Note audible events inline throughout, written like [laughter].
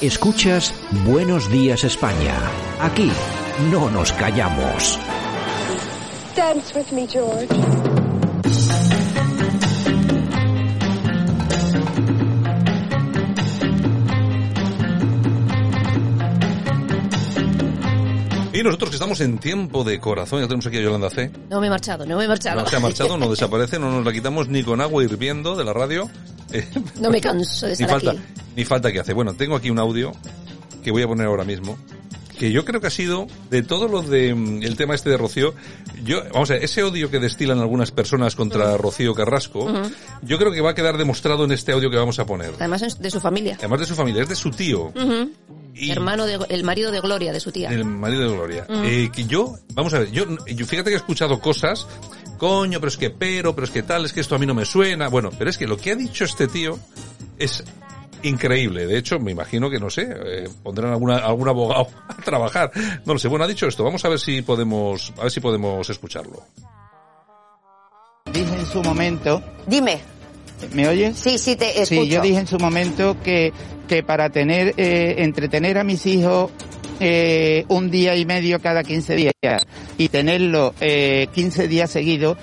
Escuchas Buenos Días España. Aquí no nos callamos. Dance with me, George. Y nosotros que estamos en tiempo de corazón, ya tenemos aquí a Yolanda C. No me he marchado, no me he marchado. No se ha marchado, no desaparece, no nos la quitamos ni con agua hirviendo de la radio. Eh, No [laughs] me canso de ni estar falta, aquí. ni falta que hace. Bueno, tengo aquí un audio que voy a poner ahora mismo. Que yo creo que ha sido de todo lo de mm, el tema este de Rocío. Yo, vamos a ver, ese odio que destilan algunas personas contra Rocío Carrasco, yo creo que va a quedar demostrado en este audio que vamos a poner. Además es de su familia. Además de su familia, es de su tío. Ujú. Y- Hermano de- el marido de Gloria, de su tía. El marido de Gloria. Eh, que yo, vamos a ver, yo, yo- fíjate que he escuchado cosas, coño, pero es que pero, pero es que tal, es que esto a mí no me suena. Bueno, pero es que lo que ha dicho este tío es increíble. De hecho, me imagino que no sé, eh, pondrán alguna, algún abogado [laughs] a trabajar. No lo sé. Bueno, ha dicho esto. Vamos a ver si podemos, a ver si podemos escucharlo. Dije en su momento, Dime, ¿me oyes? sí, sí, te escucho. Sí, yo dije en su momento que, que para tener, eh, entretener a mis hijos eh, un día y medio cada 15 días y tenerlo eh, 15 días seguidos,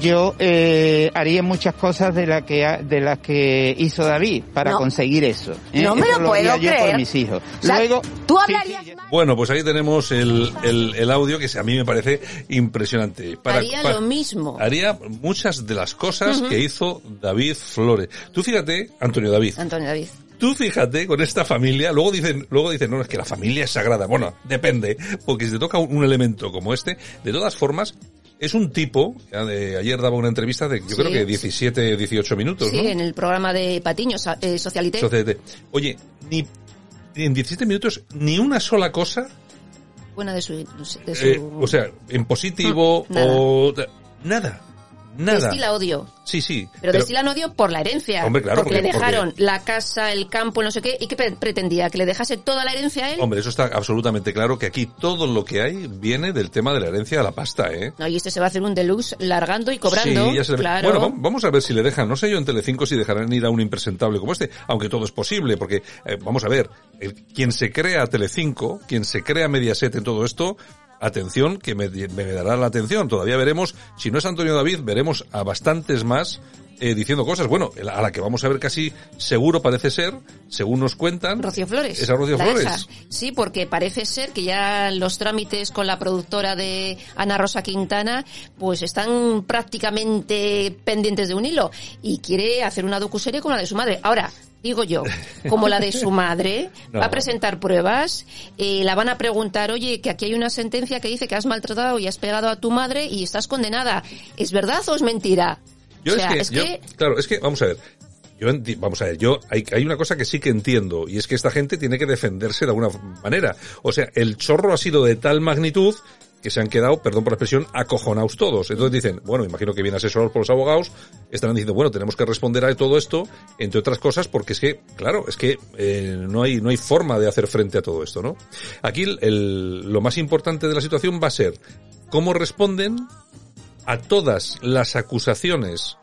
yo eh, haría muchas cosas de, la que, ha- de las que hizo David para No. conseguir eso. ¿eh? No me Eso lo puedo haría yo creer. por mis hijos. O sea, Luego, tú sí, hablarías sí, ya- Bueno, pues ahí tenemos el, el, el audio que a mí me parece impresionante. Haría lo mismo. Haría muchas de las cosas que hizo David Flores. Tú fíjate, Antonio David, Antonio David. Tú fíjate con esta familia, luego dicen, luego dicen, no, es que la familia es sagrada. Bueno, depende, porque si te toca un un elemento como este, de todas formas, es un tipo, ya de- ayer daba una entrevista de, yo Sí, creo que sí. 17, 18 minutos, Sí, ¿no? en el programa de Patiño, Sa- eh, Socialité. Entonces, oye, ni, en 17 minutos, ni una sola cosa, Buena de su... de su- eh, o sea, en positivo, Mm, [laughs] nada. o, nada, nada. Destila odio. Sí, sí. Pero, destilan odio por la herencia. Hombre, claro, porque, le porque- dejaron la casa, el campo, no sé qué. ¿Y qué pre- pretendía? ¿Que le dejase toda la herencia a él? Hombre, eso está absolutamente claro que aquí todo lo que hay viene del tema de la herencia de la pasta, ¿eh? No, y este se va a hacer un deluxe largando y cobrando. Sí, ya se le ve. Claro. Bueno, vam- vamos a ver si le dejan, no sé yo en Telecinco si dejarán ir a un impresentable como este, aunque todo es posible, porque eh, vamos a ver, el- quien se crea Telecinco, quien se crea Mediaset en todo esto, atención, que me, me dará la atención, todavía veremos, si no es Antonio David, veremos a bastantes más eh, diciendo cosas, bueno, el- a la que vamos a ver casi seguro parece ser, según nos cuentan. Rocío Flores. Esa Rocío la Flores. hija. Sí, porque parece ser que ya los trámites con la productora de Ana Rosa Quintana pues están prácticamente pendientes de un hilo y quiere hacer una docuserie como la de su madre. Ahora, digo yo, como la [laughs] de su madre, No. va a presentar pruebas, eh, la van a preguntar, oye, que aquí hay una sentencia que dice que has maltratado y has pegado a tu madre y estás condenada. ¿Es verdad o es mentira? Yo o sea, es que, yo- que claro, es que, vamos a ver. Yo enti- vamos a ver, yo, hay, hay una cosa que sí que entiendo, y es que esta gente tiene que defenderse de alguna manera. O sea, el chorro ha sido de tal magnitud que se han quedado, perdón por la expresión, acojonados todos. Entonces dicen, bueno, imagino que bien asesorados por los abogados, estarán diciendo, bueno, tenemos que responder a todo esto, entre otras cosas, porque es que, claro, es que eh, no hay no hay forma de hacer frente a todo esto, ¿no? Aquí el- el- lo más importante de la situación va a ser cómo responden a todas las acusaciones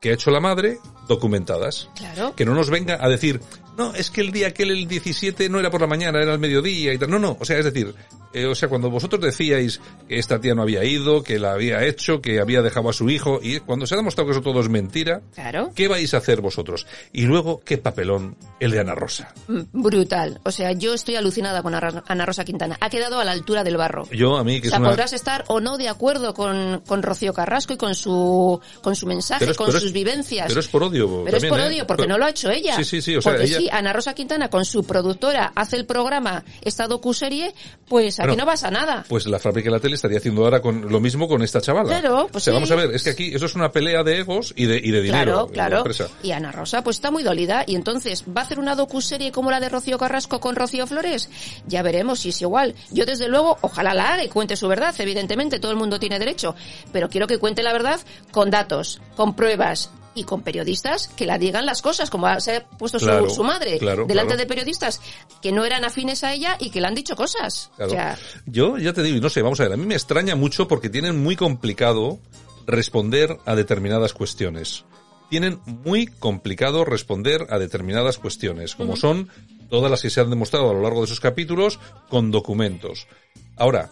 que ha hecho la madre documentadas. Claro. Que no nos venga a decir, no, es que el día aquel, el 17, no era por la mañana, era el mediodía y tal. No, no, o sea, es decir, eh, o sea, cuando vosotros decíais que esta tía no había ido, que la había hecho, que había dejado a su hijo, y cuando se ha demostrado que eso todo es mentira, Claro. ¿qué vais a hacer vosotros? Y luego, qué papelón el de Ana Rosa. Mm, Brutal. O sea, yo estoy alucinada con Arra- Ana Rosa Quintana. Ha quedado a la altura del barro. Yo, a mí, que o sea, es una... podrás estar o no de acuerdo con, con Rocío Carrasco y con su, con su mensaje, Pero es- con pero es- sus vivencias. pero es por odio Pero es también, por ¿eh? odio, porque Pero- no lo ha hecho ella. Sí, sí, sí, o sea, porque ella- sí, Ana Rosa Quintana con su productora hace el programa, esta docuserie, pues aquí Bueno, no pasa nada. pues la fábrica de la tele estaría haciendo ahora con lo mismo con esta chavala. Claro, pues o sea, sí. vamos a ver, es que aquí eso es una pelea de egos y de, y de dinero. eh, Claro, de la claro. empresa. Y Ana Rosa, pues está muy dolida. Y entonces, ¿va a hacer una docuserie como la de Rocío Carrasco con Rocío Flores? Ya veremos si es igual. Yo, desde luego, ojalá la haga y cuente su verdad. Evidentemente, todo el mundo tiene derecho. Pero quiero que cuente la verdad con datos, con pruebas y con periodistas que la digan las cosas, como se ha puesto su- Claro, su, madre claro, delante claro. de periodistas que no eran afines a ella y que le han dicho cosas. Claro. O sea, Yo ya te digo, y no sé, vamos a ver, a mí me extraña mucho porque tienen muy complicado responder a determinadas cuestiones. Tienen muy complicado responder a determinadas cuestiones, como son todas las que se han demostrado a lo largo de esos capítulos con documentos. Ahora,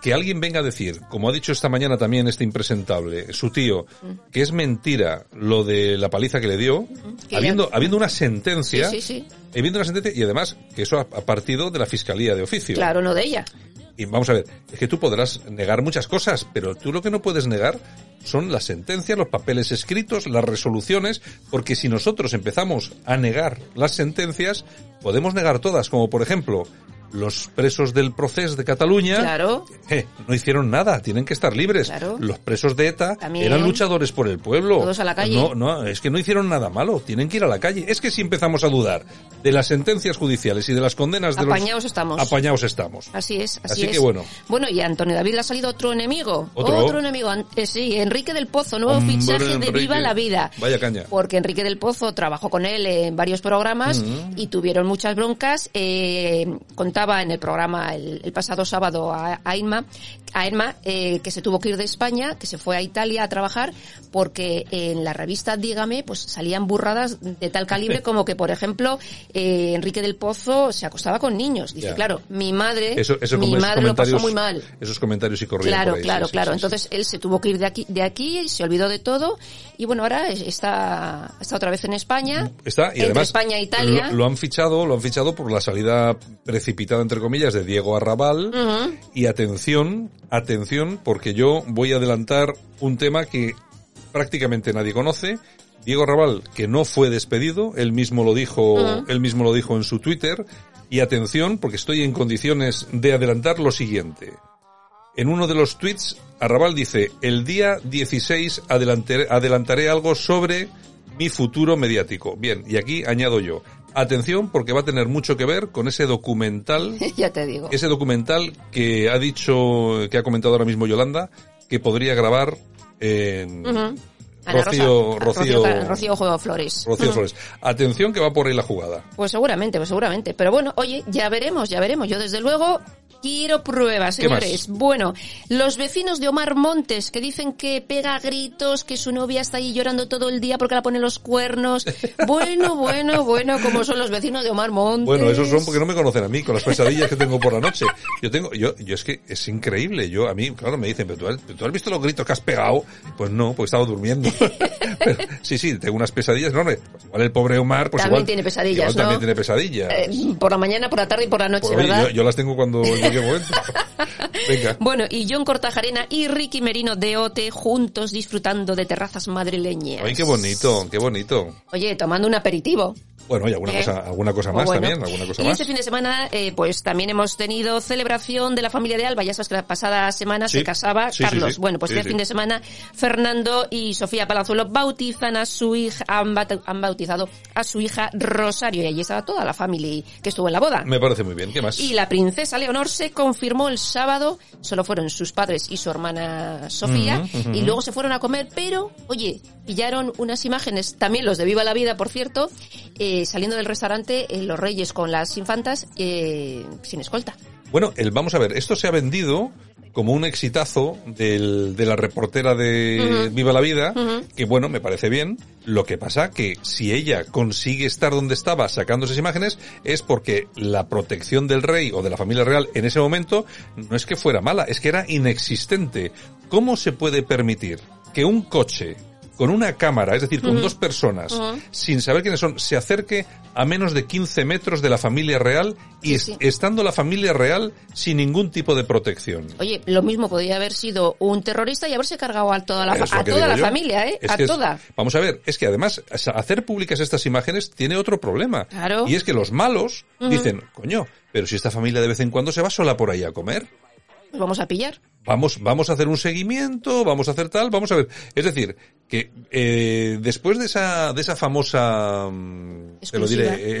que alguien venga a decir, como ha dicho esta mañana también este impresentable, su tío, que es mentira lo de la paliza que le dio, Que habiendo, ya- habiendo una sentencia, Sí, sí, sí. habiendo una sentencia, y además que eso ha, ha partido de la fiscalía de oficio. Claro, no de ella. Y vamos a ver, es que tú podrás negar muchas cosas, pero tú lo que no puedes negar son las sentencias, los papeles escritos, las resoluciones, porque si nosotros empezamos a negar las sentencias, podemos negar todas, como por ejemplo, los presos del proceso de Cataluña Claro. eh, no hicieron nada, tienen que estar libres. Claro. Los presos de ETA También. eran luchadores por el pueblo. Todos a la calle. No, no, es que no hicieron nada malo, tienen que ir a la calle. Es que si empezamos a dudar de las sentencias judiciales y de las condenas de Apañados los... estamos. Apañados estamos. Así es, así, Así que es. bueno. Bueno, y a Antonio David le ha salido otro enemigo. Otro. enemigo. An- eh, sí, Enrique del Pozo, nuevo Hombre, fichaje de Enrique. Viva la Vida. Vaya caña. Porque Enrique del Pozo trabajó con él en varios programas y tuvieron muchas broncas. Eh, contaba en el programa el, el pasado sábado a, a Inma, a Emma, eh, que se tuvo que ir de España, que se fue a Italia a trabajar porque en la revista Dígame pues salían burradas de [laughs] tal calibre como que, por ejemplo, eh, Enrique del Pozo se acostaba con niños. Dice, Ya. claro, mi madre, Eso, eso ¿Eh? mi como esos madre lo pasó comentarios- muy mal. Esos comentarios y corriendo. Claro, por ahí, claro, sí, sí, claro. sí, sí. Entonces él se tuvo que ir de aquí, de aquí y se olvidó de todo y bueno ahora es- está, está otra vez en España. [laughs] Está, y entre además, España e Italia. Lo, lo han fichado, lo han fichado por la salida precipitada, entre comillas, de Diego Arrabal. Y atención, atención, porque yo voy a adelantar un tema que prácticamente nadie conoce. Diego Arrabal, que no fue despedido, él mismo lo dijo, él mismo lo dijo en su Twitter. Y atención, porque estoy en condiciones de adelantar lo siguiente. En uno de los tweets, Arrabal dice, el día 16 adelantaré, adelantaré algo sobre mi futuro mediático. Bien, y aquí añado yo, atención porque va a tener mucho que ver con ese [laughs] documental, ya te digo. ese documental que ha dicho, que ha comentado ahora mismo Yolanda, que podría grabar en Ujú. Ana Rocío, Rosa. Rocío, Car- Rocío Ojo Flores. Rocío Flores. Atención que va por ahí la jugada. Pues seguramente, pues seguramente. Pero bueno, oye, ya veremos, ya veremos. Yo desde luego quiero pruebas, ¿Qué más? señores. Bueno, los vecinos de Omar Montes que dicen que pega gritos, que su novia está ahí llorando todo el día porque la pone [laughs] los cuernos. Bueno, bueno, bueno, como son los vecinos de Omar Montes. Bueno, esos son porque no me conocen a mí, con las pesadillas que tengo por la noche. Yo tengo, yo, yo es que es increíble. Yo, a mí, claro, me dicen, pero tú has, pero tú has visto los gritos que has pegado. Pues no, pues estaba [laughs] durmiendo. Pero, sí, sí, tengo unas pesadillas enormes. Pues igual el pobre Omar, pues También igual- tiene pesadillas, igual ¿no? también tiene pesadillas. Eh, por la mañana, por la tarde y por la noche, Pues, oye, ¿verdad? yo, yo las tengo cuando, en cualquier momento. [laughs] Venga. Bueno, y John Cortajarena y Ricky Merino de OT juntos disfrutando de terrazas madrileñas. Ay, qué bonito, qué bonito. Oye, tomando un aperitivo. Bueno, y alguna ¿Eh? cosa, alguna cosa O más bueno. también, alguna cosa y más. este fin de semana, eh, pues también hemos tenido celebración de la familia de Alba. Ya sabes que la pasada semana Sí. se casaba Sí, sí, Carlos. sí. Bueno, pues Sí, este sí. fin de semana Fernando y Sofía Palazuelo bautizan a su hija, han, bat- han bautizado a su hija Rosario. Y allí estaba toda la familia que estuvo en la boda. Me parece muy bien, ¿qué más? Y la princesa Leonor se confirmó el sábado, solo fueron sus padres y su hermana Sofía, y luego se fueron a comer, pero, oye, pillaron unas imágenes, también los de Viva la Vida, por cierto, eh, saliendo del restaurante, eh, los reyes con las infantas, eh, sin escolta. Bueno, el, vamos a ver, esto se ha vendido como un exitazo del, de la reportera de Viva la Vida, que bueno, me parece bien. Lo que pasa que si ella consigue estar donde estaba sacando esas imágenes es porque la protección del rey o de la familia real en ese momento no es que fuera mala, es que era inexistente. ¿Cómo se puede permitir que un coche con una cámara, es decir, con dos personas, sin saber quiénes son, se acerque a menos de 15 metros de la familia real y es- sí. estando la familia real sin ningún tipo de protección. Oye, lo mismo podría haber sido un terrorista y haberse cargado a toda la, fa- Es lo a que toda digo la yo. familia, ¿eh? Es a que es- toda. vamos a ver, es que además o sea, hacer públicas estas imágenes tiene otro problema. Claro. Y es que los malos dicen, coño, pero si esta familia de vez en cuando se va sola por ahí a comer. Pues vamos a pillar. Vamos, vamos a hacer un seguimiento, vamos a hacer tal, vamos a ver. Es decir, que eh, después de esa, de esa famosa, mm, te lo diré, Exclusiva. eh,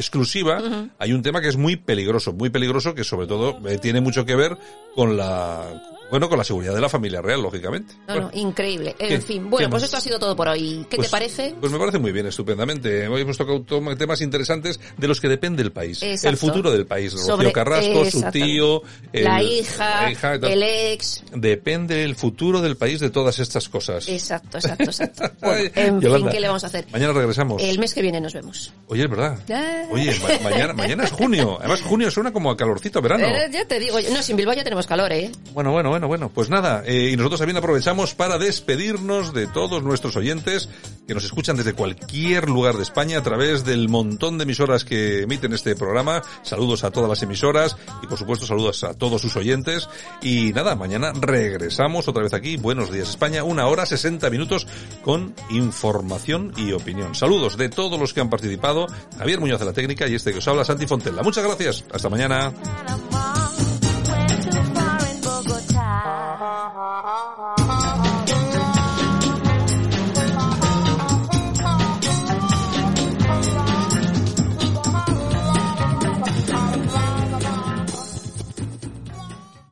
exclusiva, hay un tema que es muy peligroso, muy peligroso, que sobre todo eh, tiene mucho que ver con la Bueno, con la seguridad de la familia real, lógicamente. No, Bueno, no, increíble. En ¿Qué- fin, bueno, qué pues más? esto ha sido todo por hoy. ¿Qué pues- te parece? Pues me parece muy bien, estupendamente. Hoy hemos tocado tom- temas interesantes de los que depende el país. Exacto. El futuro del país. Rocío Sobre- Carrasco, su exactamente. tío, el- la hija, la hija, tal. el ex. Depende el futuro del país de todas estas cosas. Exacto, [laughs] exacto, exacto. Bueno, en Yolanda, fin, ¿qué le vamos a hacer? Mañana regresamos. El mes que viene nos vemos. Oye, es verdad. Ah. Oye, ma- mañana, mañana es junio. Además, junio suena como a calorcito a verano. Eh, ya te digo, no, sin Bilbao ya tenemos calor, ¿eh? Bueno, bueno, bueno, bueno. Pues nada, eh, y nosotros también aprovechamos para despedirnos de todos nuestros oyentes que nos escuchan desde cualquier lugar de España a través del montón de emisoras que emiten este programa. Saludos a todas las emisoras y por supuesto saludos a todos sus oyentes. Y nada, mañana regresamos otra vez aquí. Buenos días España, una hora 60 minutos con información y opinión. Saludos de todos los que han participado. Javier Muñoz de la Técnica y este que os habla, Santi Fontella. Muchas gracias. Hasta mañana. Para